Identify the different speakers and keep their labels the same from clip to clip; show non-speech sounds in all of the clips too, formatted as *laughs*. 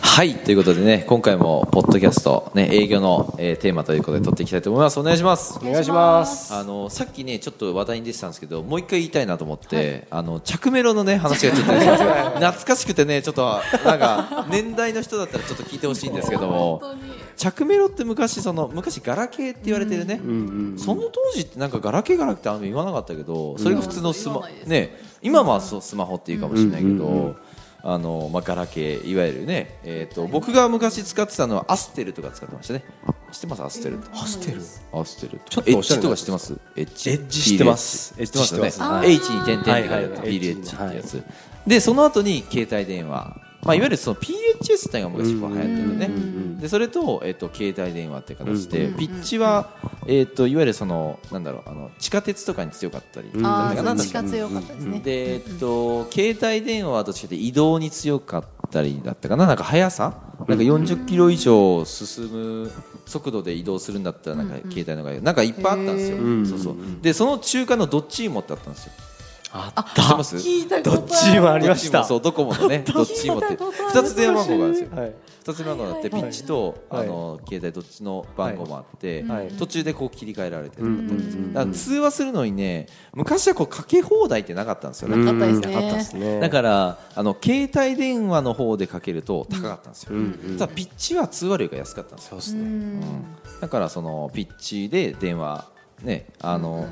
Speaker 1: はいということでね今回もポッドキャスト、ね、営業の、えーテーマということで撮っていきたいと思いますお願いします
Speaker 2: お願いします。
Speaker 1: あのさっきねちょっと話題に出てたんですけどもう一回言いたいなと思って、あの着メロのね話がちょっと出てたんですよ懐かしくてねちょっとなんか年代の人だったらちょっと聞いてほしいんですけども着メロって昔その昔ガラケーって言われてるね、その当時ってなんかガラケーガラケーってあんま言わなかったけど、それが普通のスマ
Speaker 3: 言わないです
Speaker 1: ね今はそうスマホっていうかもしれないけど、あのまあガラケーいわゆるねえっ、と僕が昔使ってたのはアステルとか使ってましたね。知ってますアステルって。
Speaker 3: アステル
Speaker 1: アステル。ち
Speaker 2: ょっと
Speaker 1: エッ
Speaker 2: おしゃ
Speaker 1: ジ
Speaker 2: れ
Speaker 1: とか
Speaker 2: なや
Speaker 1: 知
Speaker 2: つ
Speaker 1: ってます。エッジ。
Speaker 2: エッジ知ってます
Speaker 1: エッジ知ってますよ
Speaker 2: エ
Speaker 1: ね。
Speaker 3: ッジ
Speaker 1: H
Speaker 3: 知
Speaker 1: に
Speaker 3: っ
Speaker 1: 点々って書いてある
Speaker 2: はいはい
Speaker 1: PH ってやつ。でその後に携帯電話。まあいわゆるその PHS ってのが昔流行ってるね。でそれと,、えっと携帯電話っていう形で、
Speaker 3: うん
Speaker 1: ピッチは、えっといわゆるそのなんだろうあの地下鉄とかに強かったり、
Speaker 3: あ
Speaker 1: だ
Speaker 3: あ、
Speaker 1: か
Speaker 3: そ
Speaker 1: ら
Speaker 3: っちが強かったですね。
Speaker 1: で、えっと、携帯電話はどっちかというと移動に強かったりだったかな、なんか速さ、なんか40キロ以上進む速度で移動するんだったら、なんか
Speaker 3: うんうん
Speaker 1: 携帯の方がいいなんかいっぱいあったんですよ
Speaker 3: へ、
Speaker 2: ー
Speaker 1: そうそうでその中間のどっちもってあったんですよ、
Speaker 2: あ
Speaker 3: あ
Speaker 1: 知ってます
Speaker 3: 聞いたこと
Speaker 2: どっちもありまし
Speaker 1: どっちも
Speaker 2: た。
Speaker 1: そうドコモの
Speaker 2: *laughs*
Speaker 1: ね、どっちもって、
Speaker 3: 聞いたことある
Speaker 1: 2つ電話番号があるんですよ、
Speaker 2: はい。
Speaker 1: 2つ番号があって、ピ
Speaker 3: はい
Speaker 1: ッチと、
Speaker 2: は
Speaker 1: あ
Speaker 2: い
Speaker 1: の携帯、どっちの番号もあって、
Speaker 2: はい
Speaker 1: 途中でこう切り替えられてる
Speaker 2: うんうんうんうん
Speaker 1: だから通話するのにね、昔はこうかけ放題ってなかったんですよね。
Speaker 3: かったですね
Speaker 2: なかったですね。
Speaker 1: だからあの携帯電話の方でかけると高かったんですよ、
Speaker 2: うんうん
Speaker 1: ただピッチは通話料が安かったんですよ、
Speaker 2: そうで
Speaker 3: う
Speaker 2: すね。
Speaker 3: ん
Speaker 1: だからそのピッチで電話ねあの、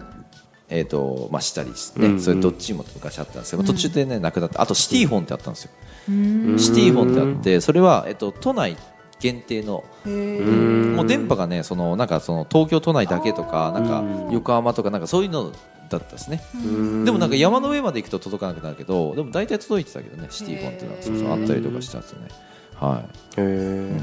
Speaker 1: えーとまあ、したりして、
Speaker 2: うんうん
Speaker 1: それどっちも昔あったんですけど、
Speaker 3: うん
Speaker 1: 途中で、ね、なくなったあとシティフォンってあったんですよ、
Speaker 3: うん
Speaker 1: シティフォンってあってそれは、えっと都内限定の
Speaker 3: へ
Speaker 2: う
Speaker 3: ー
Speaker 2: ん
Speaker 1: もう電波がねそのなんかその東京都内だけとかなんか
Speaker 2: うん
Speaker 1: 横浜とかなんかそういうのだったですね
Speaker 2: うん
Speaker 1: でもなんか山の上まで行くと届かなくなるけどでも大体届いてたけどねシティフォンってのは
Speaker 3: へー
Speaker 1: そうそうあったりとかしたんですよねは
Speaker 2: へえ。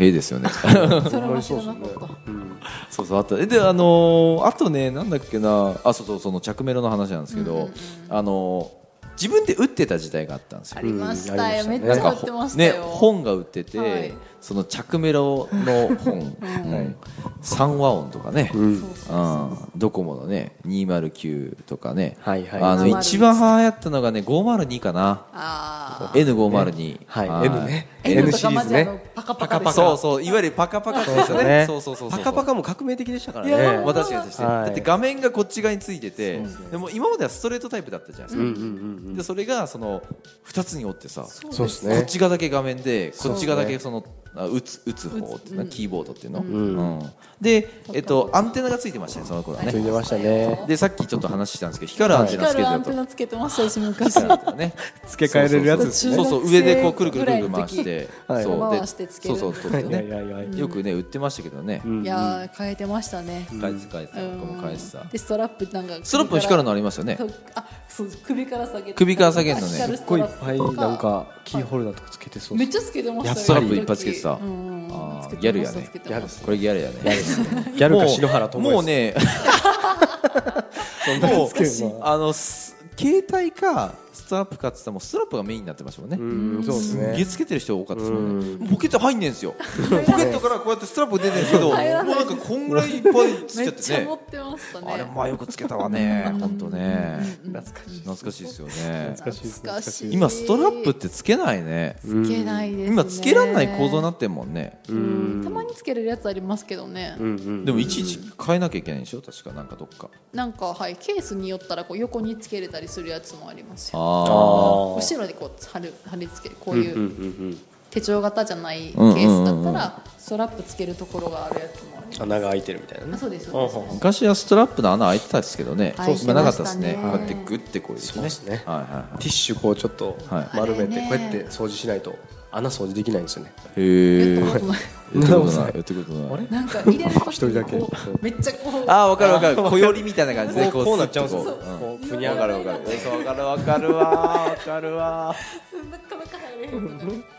Speaker 1: いへえですよね
Speaker 3: それは知
Speaker 2: そう
Speaker 3: ら
Speaker 2: です
Speaker 3: な
Speaker 2: ね
Speaker 3: かっ
Speaker 2: う
Speaker 3: た。
Speaker 2: ん
Speaker 1: *laughs* そうそうあったえであのーあとねなんだっけなあそうそうその着メロの話なんですけど、
Speaker 3: うんうんうん
Speaker 1: あのー自分で打ってた時代があったんですよ
Speaker 3: ありました
Speaker 2: う
Speaker 3: よ。
Speaker 2: ん
Speaker 3: めっち
Speaker 2: な
Speaker 3: ゃ
Speaker 2: ん
Speaker 3: 売
Speaker 2: か
Speaker 3: ってました
Speaker 1: ね
Speaker 3: よ。
Speaker 1: 本が売ってて、
Speaker 3: はい
Speaker 1: その着メロの本、 *laughs* うん、三和音とかね、
Speaker 2: うん
Speaker 3: そうそうそう
Speaker 1: うんドコモのね209とかね、
Speaker 2: はいはい。
Speaker 1: あの
Speaker 3: 701
Speaker 1: 一番流行ったのがね502かな
Speaker 3: ああ。
Speaker 1: N502
Speaker 2: はい
Speaker 1: はい
Speaker 2: N ね
Speaker 3: N
Speaker 2: N
Speaker 3: と
Speaker 2: シ
Speaker 3: か
Speaker 2: リ
Speaker 3: マ
Speaker 2: ーズ
Speaker 3: ジあ
Speaker 2: ね
Speaker 3: のパカパカで
Speaker 1: パカ
Speaker 3: しょ
Speaker 1: そうそういわゆるパカパカってやつ
Speaker 2: そうです
Speaker 1: ね
Speaker 2: ね
Speaker 1: そうそうそうそう
Speaker 2: パカパカも革命的でしたから
Speaker 3: いや
Speaker 2: ね。
Speaker 1: まあ確かに確かに
Speaker 2: はい
Speaker 1: だって画面がこっち側についてて
Speaker 2: そうそう
Speaker 1: でも今まではストレートタイプだったじゃないです
Speaker 2: うん
Speaker 1: か、
Speaker 2: うんうんうん
Speaker 1: でそれがその2つに折ってさ、
Speaker 2: そうです
Speaker 1: こっ
Speaker 2: ね。
Speaker 1: ち側だけ画面でこ
Speaker 2: う
Speaker 1: っち側だけそのあ打つ打つ方っていうの
Speaker 3: 打つうん
Speaker 1: キーボードっていうの、
Speaker 2: ん
Speaker 1: うんで、えっと、アンテナがついてましたねその頃は
Speaker 2: つ
Speaker 1: ね
Speaker 2: いてましたね。
Speaker 1: でさっきちょっと話したんですけど光るアンテナつけ
Speaker 3: 光
Speaker 1: て
Speaker 3: るア
Speaker 1: る
Speaker 3: ン
Speaker 1: と
Speaker 3: テナつけてましたし昔。
Speaker 1: ね
Speaker 2: *laughs* 付け替えれるやつですね
Speaker 1: そうそう上でこうくるくるくるくる回し
Speaker 3: 中
Speaker 1: て、
Speaker 2: はい
Speaker 1: そう
Speaker 3: 回してつけ
Speaker 1: そう
Speaker 3: る
Speaker 1: そう撮って
Speaker 2: はいはい
Speaker 1: ね。
Speaker 2: はい。
Speaker 1: よくね売ってましたけどね。
Speaker 2: うん
Speaker 3: いやー変えてましたね。
Speaker 1: 返す返す僕も返すさ
Speaker 3: うん。でストラップなんか
Speaker 1: ストラップも光る
Speaker 3: の
Speaker 1: のありましたよね。
Speaker 3: あそう首から下げて
Speaker 1: 首から下げるのね
Speaker 3: 光る
Speaker 2: す
Speaker 3: ス
Speaker 2: っご
Speaker 3: ト
Speaker 2: いい
Speaker 3: ラ
Speaker 2: っ
Speaker 3: ッ
Speaker 2: ぱ
Speaker 3: プ
Speaker 2: い
Speaker 3: と
Speaker 2: なんかキーホルダーとかつけてそう
Speaker 3: め
Speaker 2: です。
Speaker 3: っちゃつけてました
Speaker 2: や
Speaker 3: よ
Speaker 2: っぱり
Speaker 3: 一時
Speaker 1: いっぱいつけてた
Speaker 3: うん
Speaker 1: あー
Speaker 3: つけてました
Speaker 1: ギャルやね
Speaker 3: つけて
Speaker 2: ギャ
Speaker 3: ました
Speaker 2: ルっす
Speaker 1: これギャルやね。
Speaker 2: ギャルか篠原と
Speaker 1: もうもう。 *laughs* ね、もう
Speaker 2: つけるな
Speaker 1: あのす携帯かストラップかって言ったらもうストラップがメインになってましたもんね
Speaker 2: う。んそうです
Speaker 1: すっ
Speaker 2: ね
Speaker 1: げえ。つけてる人多かったですもん
Speaker 2: う
Speaker 1: ね。ポケット入んねえんですよ。ポケットからこうやってストラップ出てるんですけど、もう
Speaker 3: 入らない
Speaker 1: なんかこんぐらいいっぱいつ
Speaker 3: め
Speaker 1: け
Speaker 3: っ
Speaker 1: ち
Speaker 3: ち
Speaker 1: ゃっ
Speaker 3: ゃ
Speaker 1: て
Speaker 3: 持
Speaker 1: ね
Speaker 3: っ。てました
Speaker 1: あれ
Speaker 3: ね
Speaker 1: まあよくつけたわね。本当ね。
Speaker 2: か
Speaker 3: 懐
Speaker 2: しい
Speaker 1: 懐かしいですよね。
Speaker 2: 懐かしいです
Speaker 3: 懐かしい
Speaker 1: 今ストラップってつけないね
Speaker 3: つけないですね
Speaker 1: 今つけられない構造になってんもんね、
Speaker 3: うんたまにつけれるやつありますけどね
Speaker 2: うんうん。
Speaker 1: でもいちいち変えなきゃいけないんでしょ確かなんかどっか
Speaker 3: なんかはいケースによったらこう横につけれたりするやつもありますよ
Speaker 1: あ
Speaker 2: ー
Speaker 3: 後ろにこう貼る貼り付けこういううん
Speaker 2: うんうん
Speaker 3: 手帳型じゃないケ
Speaker 1: うんうんうんうん
Speaker 3: ースだったらストラップつけるところがあるやつもあります
Speaker 2: 穴が開いてるみたいなね
Speaker 3: あ。そうです
Speaker 2: ほう
Speaker 3: そ
Speaker 2: ほ
Speaker 3: う
Speaker 2: う
Speaker 3: で
Speaker 2: ほ
Speaker 3: す
Speaker 1: 昔はストラップの穴開いてたですけどね
Speaker 3: 開いてましたね
Speaker 1: 今なかったですねこうやってグッてこうですね
Speaker 2: そうですね
Speaker 1: はいはいは
Speaker 2: ティッシュこうちょっと
Speaker 1: はい
Speaker 2: 丸めて
Speaker 3: あれね
Speaker 2: こうやって掃除しないと穴掃除できないんですよね。
Speaker 1: いへえ
Speaker 3: やったことない
Speaker 1: やったことないやったことない
Speaker 3: なんか入れる
Speaker 2: 一
Speaker 3: と
Speaker 2: 人だけ
Speaker 3: めっちゃこう
Speaker 1: ああ分かる分かる小よりみたいな感じで
Speaker 2: こうこうなっちゃうんです
Speaker 1: こ
Speaker 2: よ
Speaker 1: う
Speaker 2: こう
Speaker 1: うん
Speaker 2: ふにゃ
Speaker 1: 分
Speaker 2: が
Speaker 1: かる分かる分かる分かるわー分かるわ
Speaker 3: なかなか入れへんとかありますよね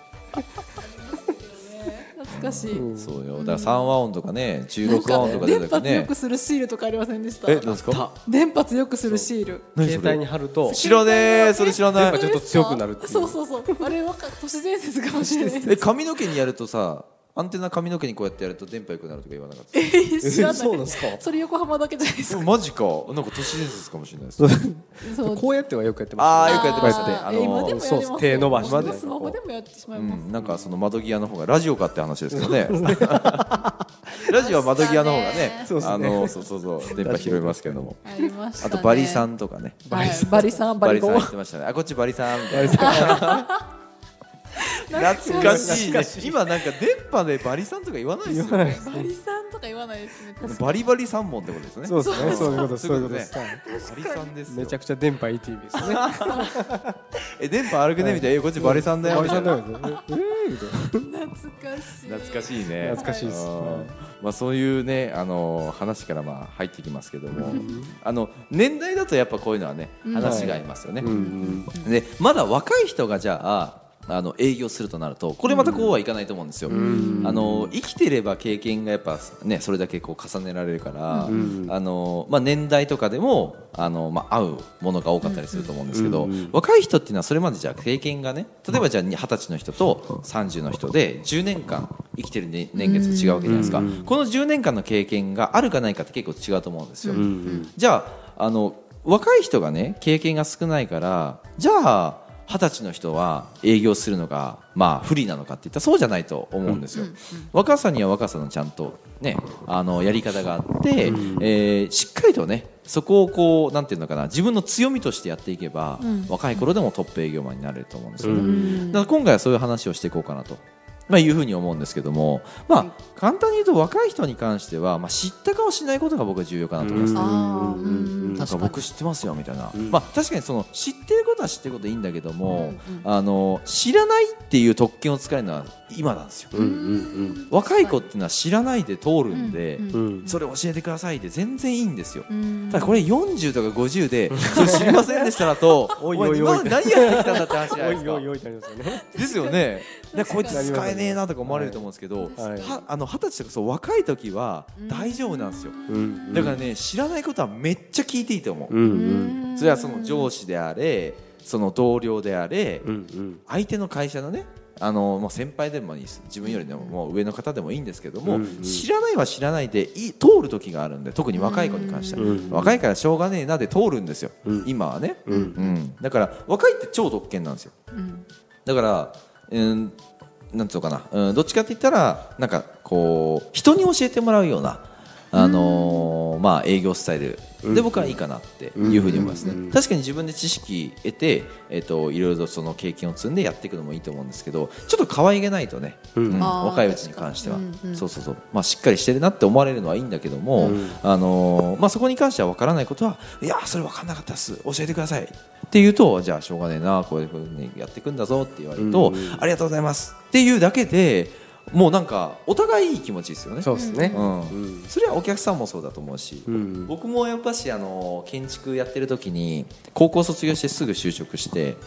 Speaker 3: 懐かしい、
Speaker 1: ーそうよだから3和音とかね16
Speaker 3: な
Speaker 1: 和
Speaker 3: んか
Speaker 1: 音とか出
Speaker 3: 電
Speaker 1: て
Speaker 3: 波
Speaker 1: た
Speaker 3: 強
Speaker 1: ね
Speaker 3: くするシールとかありませんでした
Speaker 1: えなんですか
Speaker 3: 電波強くするシール
Speaker 1: 何そ
Speaker 2: 携帯に
Speaker 1: れ
Speaker 2: 貼ると
Speaker 1: 知らねえそれ知らない
Speaker 2: 電波ちょっと強くなるっていう
Speaker 3: そうそうそうあれはか都市伝説かもしれない
Speaker 1: え髪の毛にやるとさアンテナ髪の毛にこうやってやると電波良くなるとか言わなかった
Speaker 2: え
Speaker 1: *laughs*
Speaker 3: 知らない
Speaker 2: そうなんですか
Speaker 3: それ横浜だけじゃないです
Speaker 1: う
Speaker 3: か
Speaker 1: んマジかなんか都市伝説かもしれないです
Speaker 3: そう
Speaker 2: こうやってはよくやって
Speaker 1: あ
Speaker 2: ま
Speaker 1: あ
Speaker 2: す
Speaker 1: よくやってましたね
Speaker 3: あー
Speaker 1: あのー
Speaker 3: え今でもやります
Speaker 2: そうです手伸ばして
Speaker 3: 私のスマホでもやってしまいうます、
Speaker 1: ん、なんかその窓際の方がラジオかって話ですけどね *laughs* ラジオは窓際の方がね
Speaker 2: そうっすね
Speaker 1: あのそうそうそう電波拾いますけども
Speaker 3: ありました
Speaker 1: あ
Speaker 3: ね
Speaker 1: とバリさんとかね
Speaker 3: はいバリさんバリ
Speaker 1: さん
Speaker 3: ゴ
Speaker 1: 言
Speaker 3: ン
Speaker 1: ってましたねあこっちバリさんみたい
Speaker 2: バリさん
Speaker 1: な懐かしいね
Speaker 2: 懐かしい
Speaker 1: 今なんか電波でバリさんとか言わないです
Speaker 2: 言わ
Speaker 1: よ
Speaker 2: ない
Speaker 1: ね
Speaker 3: バリさんとか言わないですね確か
Speaker 1: バリバリ三本ってことですね
Speaker 2: そうですねそういうことです
Speaker 1: そ
Speaker 2: そうう
Speaker 1: い
Speaker 2: いうう
Speaker 1: こ
Speaker 2: ことと
Speaker 1: で
Speaker 2: ですす
Speaker 1: ね
Speaker 2: は
Speaker 1: バ
Speaker 2: い
Speaker 1: リさんですよ
Speaker 2: めちゃくちゃ電波 ETV ですね
Speaker 1: え電波歩くねみたいなえこっちバリさんだよ
Speaker 2: バ
Speaker 1: み
Speaker 2: リ
Speaker 1: た
Speaker 2: さ
Speaker 1: い
Speaker 2: んだ
Speaker 1: な
Speaker 2: よねええみたいな
Speaker 3: に懐かしい
Speaker 1: 懐か
Speaker 3: い
Speaker 1: しいね
Speaker 2: 懐かしいです
Speaker 1: うんまあ、そういうね、あのー話からまあ入ってきますけどもあの年代だとやっぱこういうのはね
Speaker 3: うん
Speaker 1: 話が合いますよね、
Speaker 2: うん
Speaker 1: でまだ若い人がじゃああの営業するとなるとこれまたこうはいかないと思うんですよ、
Speaker 2: ん
Speaker 1: あのー生きてれば経験がやっぱ、ね、それだけこう重ねられるから、
Speaker 2: ん
Speaker 1: あのーまあ、年代とかでもあのー、まあ、合うものが多かったりすると思うんですけど、
Speaker 2: うん
Speaker 1: 若い人っていうのはそれまでじゃあ経験がね例えばじゃあ二十歳の人と30の人で10年間生きてるね年月が違うわけじゃないですか、
Speaker 2: うん
Speaker 1: この10年間の経験があるかないかって結構違うと思うんですよ、
Speaker 2: うんうん
Speaker 1: じゃああの若い人がね経験が少ないからじゃあ二十歳の人は営業するのが、まあ、不利なのかっていったらそうじゃないと思うんですよ、若さには若さのちゃんと、ね、あのやり方があって、
Speaker 2: うん
Speaker 1: えーしっかりとねそこをこうなんていうのかな自分の強みとしてやっていけば、
Speaker 3: うん
Speaker 1: 若い頃でもトップ営業マンになれると思うんですよね、
Speaker 2: うん
Speaker 1: だから今回はそういう話をしていこうかなと、まあ、いうふうに思うんですけども、まあ、簡単に言うと若い人に関しては、まあ、知ったかをしないことが僕は重要かなと思います、
Speaker 2: うん
Speaker 3: あー
Speaker 2: うん
Speaker 1: なんか
Speaker 3: 確か
Speaker 1: 僕知ってますよみたいな、
Speaker 2: うん
Speaker 1: まあ、確かにその知ってることは知ってることでいいんだけども、
Speaker 3: うんうん
Speaker 1: あの知らないっていう特権を使えるのは今なんですよ、
Speaker 2: うんうん
Speaker 1: 若い子っていうのは知らないで通るんで、
Speaker 3: うん
Speaker 2: うんうん
Speaker 1: それ教えてくださいで全然いいんですよ、
Speaker 3: うん
Speaker 1: ただこれ40とか50で
Speaker 2: *laughs*
Speaker 1: それ知りませんでしただと
Speaker 2: おいおいお
Speaker 1: 前
Speaker 2: い
Speaker 1: 今まで何やってきたんだって話じゃないですか
Speaker 2: おいおいおいってなりますよね
Speaker 1: ですよね。なんかこいつ
Speaker 2: 確かに
Speaker 1: 使えねえなとか思われると思うんですけど、
Speaker 2: はいはい
Speaker 1: はあの二十歳とかそう若い時は大丈夫なんですよ。
Speaker 2: うん
Speaker 1: だからね知らないことはめっちゃ聞いていいと思
Speaker 2: う
Speaker 1: う。
Speaker 2: んう
Speaker 3: うんん
Speaker 1: それはその上司であれ、その同僚であれ
Speaker 2: う、んうん
Speaker 1: 相手の会社のね。あのもう先輩でもいいです自分よりでももう上の方でもいいんですけども、
Speaker 2: うんうん
Speaker 1: 知らないは知らないでい通る時があるんで特に若い子に関しては、
Speaker 2: うん
Speaker 1: 若いからしょうがねえなで通るんですよ、
Speaker 2: うん
Speaker 1: 今はね、
Speaker 2: う
Speaker 1: うんん、だから若いって超特権なんですよ
Speaker 3: うん
Speaker 1: だから、うん、なんつうのかな、うん、どっちかって言ったら、なんかこう、人に教えてもらうような。あのーまあ、営業スタイルで僕はいいかなっていうふうに思いますね、
Speaker 2: うんうん
Speaker 1: 確かに自分で知識得て、えっといろいろとその経験を積んでやっていくのもいいと思うんですけどちょっと可愛げないとね、
Speaker 2: うん
Speaker 1: うん
Speaker 3: あー
Speaker 1: 若いうちに関しては、
Speaker 3: 確かにうんうん
Speaker 1: そうそうそう、まあ、しっかりしてるなって思われるのはいいんだけども、
Speaker 2: うん
Speaker 1: あのーまあ、そこに関しては分からないことはいやそれ分からなかったです教えてくださいって言うとじゃあしょうがねえなこういうふうにやっていくんだぞって言われると、
Speaker 2: うんうん
Speaker 1: ありがとうございますっていうだけでもうなんかお互いいい気持ちですよね
Speaker 2: そうですね
Speaker 1: うん
Speaker 2: うん
Speaker 1: それはお客さんもそうだと思うし、
Speaker 2: うん
Speaker 1: 僕もやっぱしあの建築やってる時に高校卒業してすぐ就職して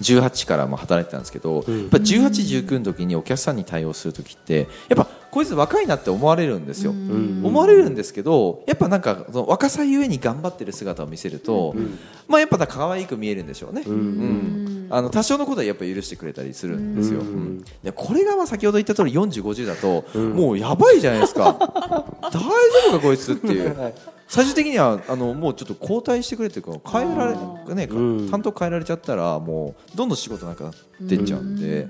Speaker 1: 18からも働いてたんですけど、
Speaker 2: うん
Speaker 1: やっぱ1819の時にお客さんに対応する時ってやっぱこいつ若いなって思われるんですよ、
Speaker 2: うん
Speaker 1: 思われるんですけどやっぱなんかその若さゆえに頑張ってる姿を見せると、
Speaker 2: ん
Speaker 1: まあやっぱ可愛く見えるんでしょうね、
Speaker 2: うん
Speaker 1: うんあの多少のことはやっぱ許してくれたりするんですよ、
Speaker 2: うん
Speaker 1: うんでこれがまあ先ほど言った通り4050だと、
Speaker 2: うん
Speaker 1: もうやばいじゃないです
Speaker 2: *laughs*
Speaker 1: か大丈夫かこいつっていう
Speaker 2: はい
Speaker 1: 最終的にはあのもうちょっと交代してくれっていうか変えら
Speaker 3: あ
Speaker 1: れ、
Speaker 3: ー
Speaker 1: ね
Speaker 2: うん
Speaker 1: 担当変えられちゃったらもうどんどん仕事なくなってっちゃうんで。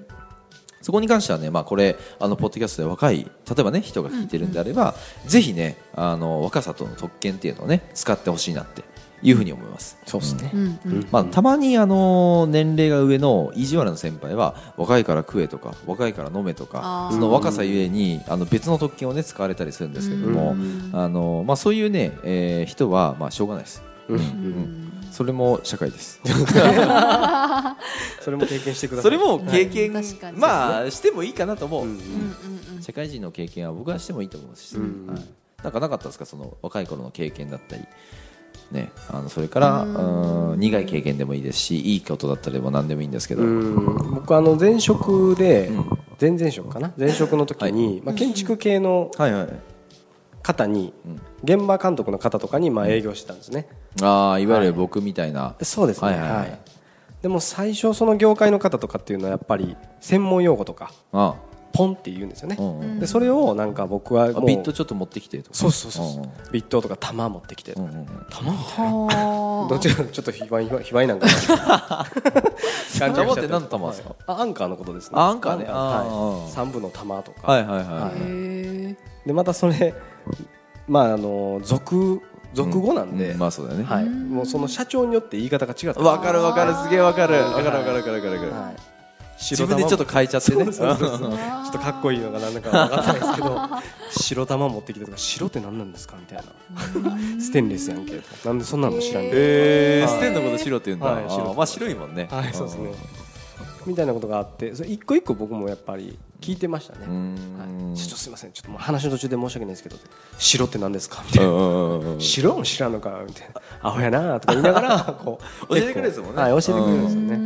Speaker 1: そこに関してはね、まあ、これあのポッドキャストで若い例えばね人が聞いてるんであれば、ぜひねあの若さとの特権っていうのをね使ってほしいなっていうふうに思います。そうですね、
Speaker 3: うんうん
Speaker 1: まあ、たまに、あの年齢が上の意地悪な先輩は若いから食えとか若いから飲めとか
Speaker 3: あー
Speaker 1: その若さゆえにあの別の特権を、ね、使われたりするんですけども、
Speaker 3: うん
Speaker 1: あのまあ、そういう、ねえー人はまあしょうがないです
Speaker 2: うん
Speaker 3: うん
Speaker 1: それも社会です
Speaker 2: それも経験してくだ
Speaker 1: そ
Speaker 2: さ
Speaker 1: れ
Speaker 2: い
Speaker 1: も経験、
Speaker 3: はい確かに
Speaker 1: まあ、してもいいかなと思う、
Speaker 2: うん
Speaker 3: うんうん
Speaker 1: 社会人の経験は僕はしてもいいと思うし、
Speaker 2: うん
Speaker 1: はい、なんかなかったですかその若い頃の経験だったり、ね、あのそれから
Speaker 3: うん
Speaker 1: うん苦い経験でもいいですしいいことだったりでも何でもいいんですけど。
Speaker 2: うん僕あの前職で
Speaker 1: うん
Speaker 2: 前々職かな前職の時にまあ建築系の
Speaker 1: はいはい
Speaker 2: 方に
Speaker 1: うん
Speaker 2: 現場監督の方とかにまあ営業してたんですね
Speaker 1: ああいわゆる僕みたいな、
Speaker 2: そうですね
Speaker 1: はいはいはい
Speaker 2: はいでも最初その業界の方とかっていうのはやっぱり専門用語とか
Speaker 1: あ
Speaker 2: ポンって言うんですよね、
Speaker 1: うんうん
Speaker 2: でそれをなんか僕は
Speaker 1: あ
Speaker 2: もう
Speaker 1: ビットちょっと持ってきてとか
Speaker 2: そうそうそうそ
Speaker 1: う
Speaker 2: う
Speaker 1: ん
Speaker 2: ビットとか玉持ってきて
Speaker 1: うんうんうん
Speaker 2: 玉みたいな
Speaker 3: は
Speaker 2: どっちかちょっと卑猥卑猥卑猥なんかな感じがしち
Speaker 1: *laughs*
Speaker 2: ゃ
Speaker 1: 玉って何の玉ですか
Speaker 2: はいあアンカーのことですね
Speaker 1: あアンカーねあー
Speaker 2: は
Speaker 1: あー
Speaker 2: い、三部の玉とか、
Speaker 1: はいはいは
Speaker 2: はい
Speaker 3: へえ
Speaker 2: でまたそれまああの俗俗語なん
Speaker 1: い
Speaker 2: で、
Speaker 1: うんまあそうだよね
Speaker 2: はい、
Speaker 3: うん
Speaker 2: もうその社長によって言い方が違った
Speaker 1: わかるわかるすげえわかる
Speaker 3: あー
Speaker 1: わかるわかるわかるわかるわかる
Speaker 2: はい、
Speaker 1: 自分でちょっと変えちゃってね
Speaker 2: そうそうそうそうちょ
Speaker 3: あー
Speaker 2: っとかっこいいのかなんだかわからないですけど白玉持ってきてとか白って何なんですかみたいなステンレスやんけとかなんでそんなの知らんけど、
Speaker 1: えー
Speaker 2: はい
Speaker 1: ステンのこと白って言うんだ
Speaker 2: はい
Speaker 1: あ
Speaker 2: 白
Speaker 1: ーまあ白いもんね
Speaker 2: はいそうですねみたいなことがあってそれ一個一個僕もやっぱり聞いてましたね、
Speaker 1: うーん
Speaker 2: はい、ちょっとすいませんちょっともう話の途中で申し訳ないですけど白って何ですかみ
Speaker 1: う
Speaker 2: たい
Speaker 1: ん
Speaker 2: な
Speaker 1: うんうんうん
Speaker 2: 白も知らんのかみたいなアホやなとか言いなが
Speaker 1: *laughs*
Speaker 2: らこう
Speaker 1: 教えてくれるんですもんね
Speaker 2: はい教えてくれるんですよね、
Speaker 3: うー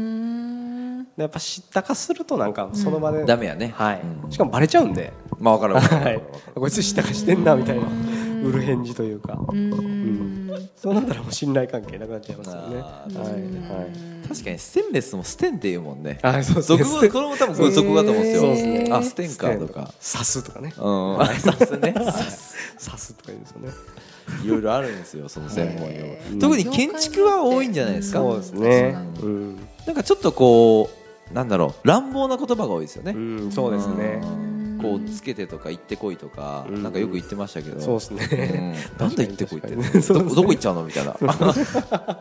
Speaker 2: で
Speaker 3: ん
Speaker 2: やっぱ知ったかするとなんかその場で、
Speaker 1: ダメやね
Speaker 2: はい、
Speaker 1: うん
Speaker 2: しかもバレちゃうんで、
Speaker 1: まあわかるわかるわか
Speaker 2: は
Speaker 1: る
Speaker 2: い
Speaker 1: わか、る
Speaker 2: こいつ知ったかしてんなみたいな売る返事というか、
Speaker 3: うーん
Speaker 2: そうなったらもう信頼関係なくなっちゃいますよね
Speaker 1: あー
Speaker 2: はい
Speaker 1: 確かにステンレスもステンって言うもんね
Speaker 2: はいはいそうです
Speaker 1: 俗
Speaker 2: ね
Speaker 1: 語こ
Speaker 2: *laughs*
Speaker 1: れも多分これ俗語だと思うんですよ、
Speaker 2: そうですね
Speaker 1: あステンかとか
Speaker 2: 刺すとかね
Speaker 1: うんあそうですね
Speaker 2: 刺すとか言うんですよね
Speaker 1: いろいろあるんですよその専門用語
Speaker 3: へ
Speaker 2: ー
Speaker 1: 特に建築は多いんじゃないですか
Speaker 2: そうですね
Speaker 1: う
Speaker 2: うん、
Speaker 1: なんかちょっとこうなんだろう乱暴な言葉が多いですよね、
Speaker 2: うん、そうですね
Speaker 1: うんこうつけてとか行ってこいとか、
Speaker 2: うん
Speaker 1: なんかよく言ってましたけど、
Speaker 2: そうですね、
Speaker 1: うんなんで行ってこいって、 *laughs*
Speaker 2: 確かに
Speaker 1: どこどこ行っちゃうのみたいな *laughs*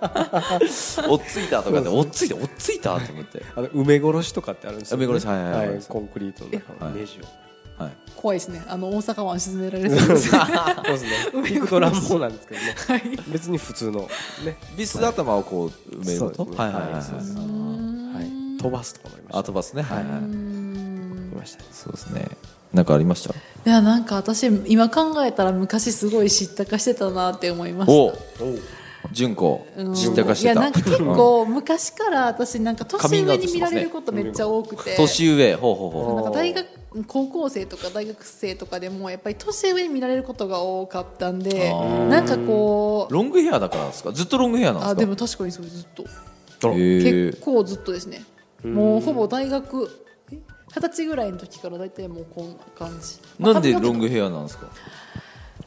Speaker 1: おっついたとかっておっついておっついたと思って、
Speaker 2: あの埋め殺しとかってあるんですよ、ね、
Speaker 1: 埋め殺しはいはいはい
Speaker 2: はいコンクリートの中のネジを、
Speaker 1: はい、
Speaker 3: 怖いですねあの大阪湾沈められそうですねは
Speaker 2: そうですね
Speaker 3: 埋め殺し
Speaker 2: 聞くと乱暴なんですけどね
Speaker 3: い
Speaker 2: 別に普通のね
Speaker 1: ビス頭をこう埋めるこ
Speaker 2: そ
Speaker 1: と
Speaker 2: うですね
Speaker 1: はいはいはい
Speaker 2: はいそうです
Speaker 3: は
Speaker 2: はい、飛ばすとかもありました
Speaker 1: アートバスね、はいはい、
Speaker 2: いましたね
Speaker 1: そうですねなんかありました
Speaker 3: いやなんか私今考えたら昔すごい知ったかしてたなって思いました
Speaker 1: お純子
Speaker 3: うん
Speaker 1: 知ったかしてた
Speaker 3: いやなんか結構昔から私なんか
Speaker 1: カミ
Speaker 3: 年
Speaker 1: ングア
Speaker 3: 上
Speaker 1: ウト
Speaker 3: に
Speaker 1: して
Speaker 3: 見
Speaker 1: ま
Speaker 3: ら
Speaker 1: すね
Speaker 3: れることめっちゃ多くて
Speaker 1: 年上ほうほうほう
Speaker 3: なんか大学高校生とか大学生とかでもやっぱり年上に見られることが多かったんで
Speaker 1: あー
Speaker 3: なんかこう
Speaker 1: ロングヘアだからですかずっとロングヘアなんですか
Speaker 3: あでも確かにそうずっと
Speaker 2: あら
Speaker 1: へ
Speaker 3: 結
Speaker 1: ー
Speaker 3: 構ずっとですねもうほぼ大学え二十歳ぐらいの時から大体もうこんな感じ
Speaker 1: なんでロン
Speaker 3: グ
Speaker 1: グヘアなんですか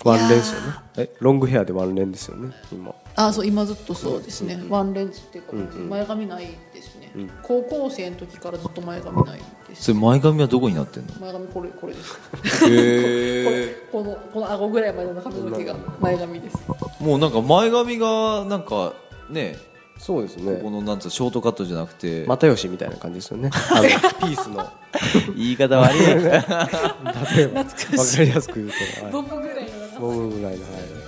Speaker 2: ワンレンですよねえロングヘアでワンレンですよね今
Speaker 3: あそう今ずっとそうですねワンレンズっていうか前髪ないですね高校生の時からずっと前髪ないです
Speaker 1: それ前髪はどこになってんの
Speaker 3: 前髪これこれですこれ
Speaker 1: へ
Speaker 3: このこの顎ぐらいまでの髪の毛が前髪です
Speaker 1: え *laughs* もうなんか前髪がなんかね
Speaker 2: そうです
Speaker 1: ここのなんつうのショートカットじゃなくて
Speaker 2: 又吉みたいな感じですよねあのピースのわ
Speaker 1: 言い方悪い
Speaker 3: 懐かしい
Speaker 2: かりやすく言うと、
Speaker 3: ボ
Speaker 2: は
Speaker 3: ブぐらいの長
Speaker 2: い、
Speaker 3: さ
Speaker 2: ボブぐらいの、はい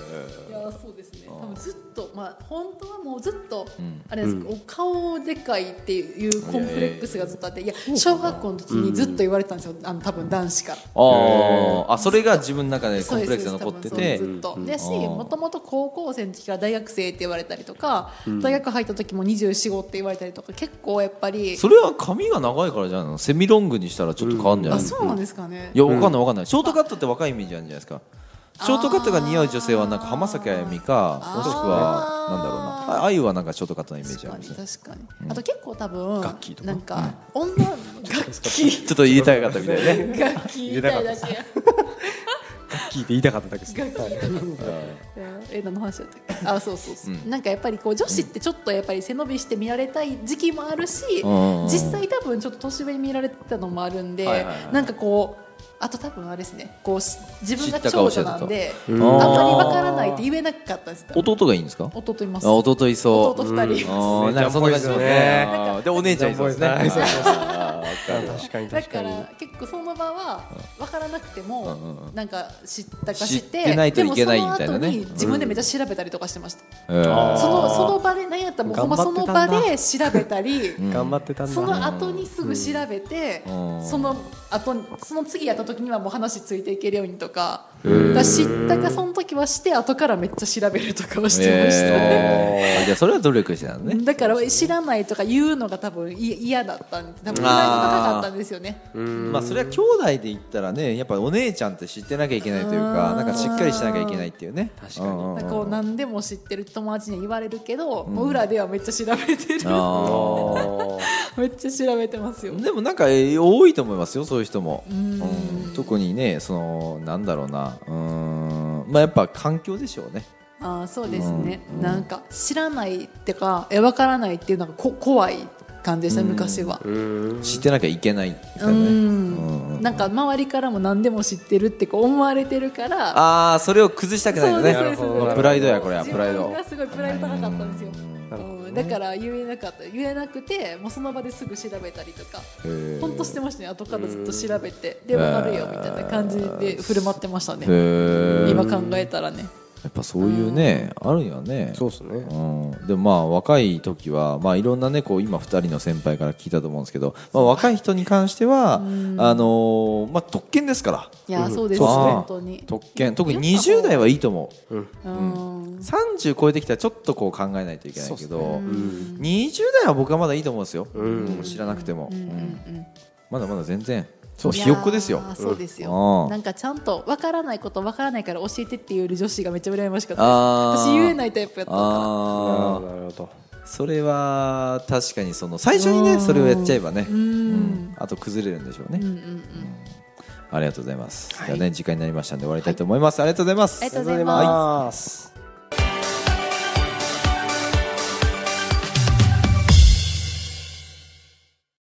Speaker 3: いやそうですね多分ずっとまあ本当はもうずっと、あれですお顔でかいっていうコンプレックスがずっとあっていや小学校の時にずっと言われてたんですよ、あの多分男子から。
Speaker 1: あーあそれが自分の中でコ
Speaker 3: そう
Speaker 1: ン
Speaker 3: で
Speaker 1: プ
Speaker 3: す
Speaker 1: レックスが残って
Speaker 3: そうで
Speaker 1: て
Speaker 3: すずっとだし
Speaker 1: うん
Speaker 3: もともと高校生の時から大学生って言われたりとか、大学入った時も245って言われたりとか結構やっぱり
Speaker 1: それは髪が長いからじゃないのセミロングにしたらちょっと変わんじゃな
Speaker 3: あ
Speaker 1: い
Speaker 3: そうなんですかね
Speaker 1: いや、わかんないわかんない。ショートカットって若いイメージあるんじゃないですか。ショートカットが似合う女性はなんか浜崎あゆみか、
Speaker 3: あー
Speaker 1: もしくは、なんだろうな。ああゆはなんかショートカットのイメー
Speaker 3: 確
Speaker 1: ジあ
Speaker 3: か
Speaker 1: るん
Speaker 3: に
Speaker 1: ですね。
Speaker 3: 確かに、あと結構多分
Speaker 2: 楽器とか
Speaker 3: なんか、女楽
Speaker 1: *laughs*
Speaker 3: 器
Speaker 1: ちょっと言いたかったみたいね。
Speaker 3: 楽器みたいだし
Speaker 2: 聞いて言いたかっただけです、
Speaker 3: 楽器
Speaker 2: はい
Speaker 3: え何の話だったっけあそうそうそう、なんかやっぱりこう女子ってちょっとやっぱり背伸びして見られたい時期もあるし、
Speaker 1: うん
Speaker 3: 実際多分ちょっと年上に見られてたのもあるんで、
Speaker 1: はいはいはい
Speaker 3: なんかこうあと多分あれですねこうし自分が
Speaker 1: 知った顔
Speaker 3: 長
Speaker 1: して
Speaker 3: 女
Speaker 1: たと
Speaker 3: なんであ
Speaker 1: うんん
Speaker 3: まりわからないって言えなかったです
Speaker 1: 弟がいいんですか
Speaker 3: 弟います
Speaker 1: あ弟いそう。
Speaker 3: 弟二人います
Speaker 1: あーなんかそんな感じですね。あーで、お姉ちゃんいそうですね。
Speaker 2: ジャンボイズね
Speaker 1: あーわかるわ
Speaker 2: 確かに
Speaker 3: だ
Speaker 2: 確
Speaker 3: か
Speaker 2: かに
Speaker 3: ら結構その場は分からなくて
Speaker 1: うんうん
Speaker 3: も
Speaker 1: うん
Speaker 3: なんか知ったか
Speaker 1: 知っ
Speaker 3: して
Speaker 1: ないといけないみたいなね
Speaker 3: でもその後に自分でめっちゃ調べたりとかしてました *laughs*
Speaker 1: えー
Speaker 2: あー
Speaker 3: そのその場で何やったらもうほんまそ
Speaker 2: 頑張って
Speaker 3: の
Speaker 2: た
Speaker 3: 場
Speaker 2: んだ
Speaker 3: で調べたり、
Speaker 1: ん
Speaker 2: 頑張ってたんだ
Speaker 3: その後にすぐ調べて、
Speaker 1: うん
Speaker 3: その後にその次やった時にはもう話ついていけるようにとか
Speaker 1: へー
Speaker 3: だから知ったかその時はして後からめっちゃ調べるとかをしてました、
Speaker 1: えーあじゃあ、それは努力してたのね。
Speaker 3: だから知らないとか言うのが多分い嫌だったんで多分プライド高かったんですよね
Speaker 1: まあそれは兄弟で言ったらねやっぱお姉ちゃんって知ってなきゃいけないというかなんかしっかりしなきゃいけないっていうね
Speaker 2: 確かに
Speaker 1: うんうんうん
Speaker 3: なんかこう何でも知ってる友達には言われるけど、もう裏ではめっちゃ調べてる
Speaker 1: あー
Speaker 2: あ
Speaker 3: *laughs* めっちゃ調べてますよ。
Speaker 1: でもなんかえー多いと思いますよそういう人も、
Speaker 3: ん
Speaker 1: うん特にねそのなんだろうなうーんまあやっぱ環境でしょうね
Speaker 3: あーそうですね、
Speaker 1: うん
Speaker 3: なんか知らないってかえわからないっていうのがこ怖い感じでした、
Speaker 1: うん
Speaker 3: 昔は。
Speaker 2: うん
Speaker 1: 知ってなきゃいけないみたいな
Speaker 3: う
Speaker 1: ね
Speaker 3: んなんか周りからも何でも知ってるってこう思われてるから
Speaker 1: ああそれを崩したくない
Speaker 3: そ
Speaker 1: よ
Speaker 3: う
Speaker 1: ね
Speaker 3: で
Speaker 2: な
Speaker 3: す
Speaker 2: るほ
Speaker 3: そ
Speaker 2: ど
Speaker 3: うです
Speaker 1: プライドやこれは
Speaker 3: 自
Speaker 1: プライド
Speaker 3: 分がすごいプライド高かったんですよ、
Speaker 2: なるほど
Speaker 3: う
Speaker 2: ね
Speaker 3: んだから言えなかった言えなくてもうその場ですぐ調べたりとかほんとしてましたね後からずっと調べてでわかるよみたいな感じで振る舞ってました
Speaker 1: へ
Speaker 3: ね
Speaker 1: え
Speaker 3: 今考えたらね
Speaker 1: やっぱそういうねあるんやね
Speaker 2: そうですね
Speaker 1: うん、でもまあ若い時は、まあ、いろんなねこう今2人の先輩から聞いたと思うんですけど、まあ、若い人に関しては、あのーまあ、特権ですから
Speaker 3: いや
Speaker 2: うん
Speaker 3: そうです
Speaker 1: そうですね
Speaker 3: 本当に
Speaker 1: 特権特に
Speaker 3: やっぱこう
Speaker 1: 20代はいいと思う
Speaker 3: うん
Speaker 1: 30超えてきたらちょっとこう考えないといけないけど、
Speaker 3: う
Speaker 2: うん
Speaker 1: 20代は僕はまだいいと思うんですよ、
Speaker 2: うん
Speaker 1: 知らなくても、
Speaker 3: うんうん
Speaker 1: うん
Speaker 3: うん
Speaker 1: まだまだ全然
Speaker 2: そ
Speaker 1: も
Speaker 2: う
Speaker 1: ひよっこですよ
Speaker 3: いやーそうです
Speaker 1: う
Speaker 3: よ
Speaker 1: ん。
Speaker 3: なんかちゃんとわからないことわからないから教えてって言える女子がめっちゃ羨ましかった
Speaker 1: あ
Speaker 3: です。
Speaker 1: ー
Speaker 3: 私言えないタイプやったか
Speaker 1: あ
Speaker 2: ああ
Speaker 1: ー
Speaker 2: なるほど
Speaker 1: それは確かにその最初にねそれをやっちゃえばね、
Speaker 3: ら。う
Speaker 1: うん
Speaker 3: ん。
Speaker 1: あと崩れるんでしょうね、
Speaker 3: うんうんうん。
Speaker 1: ありがとうございます。
Speaker 3: はい
Speaker 1: じゃあね、時間になりましたんで終わりたいと思います。ありがとうございます。
Speaker 3: ありがとうござい
Speaker 2: ありがとうござい
Speaker 3: ま
Speaker 2: ます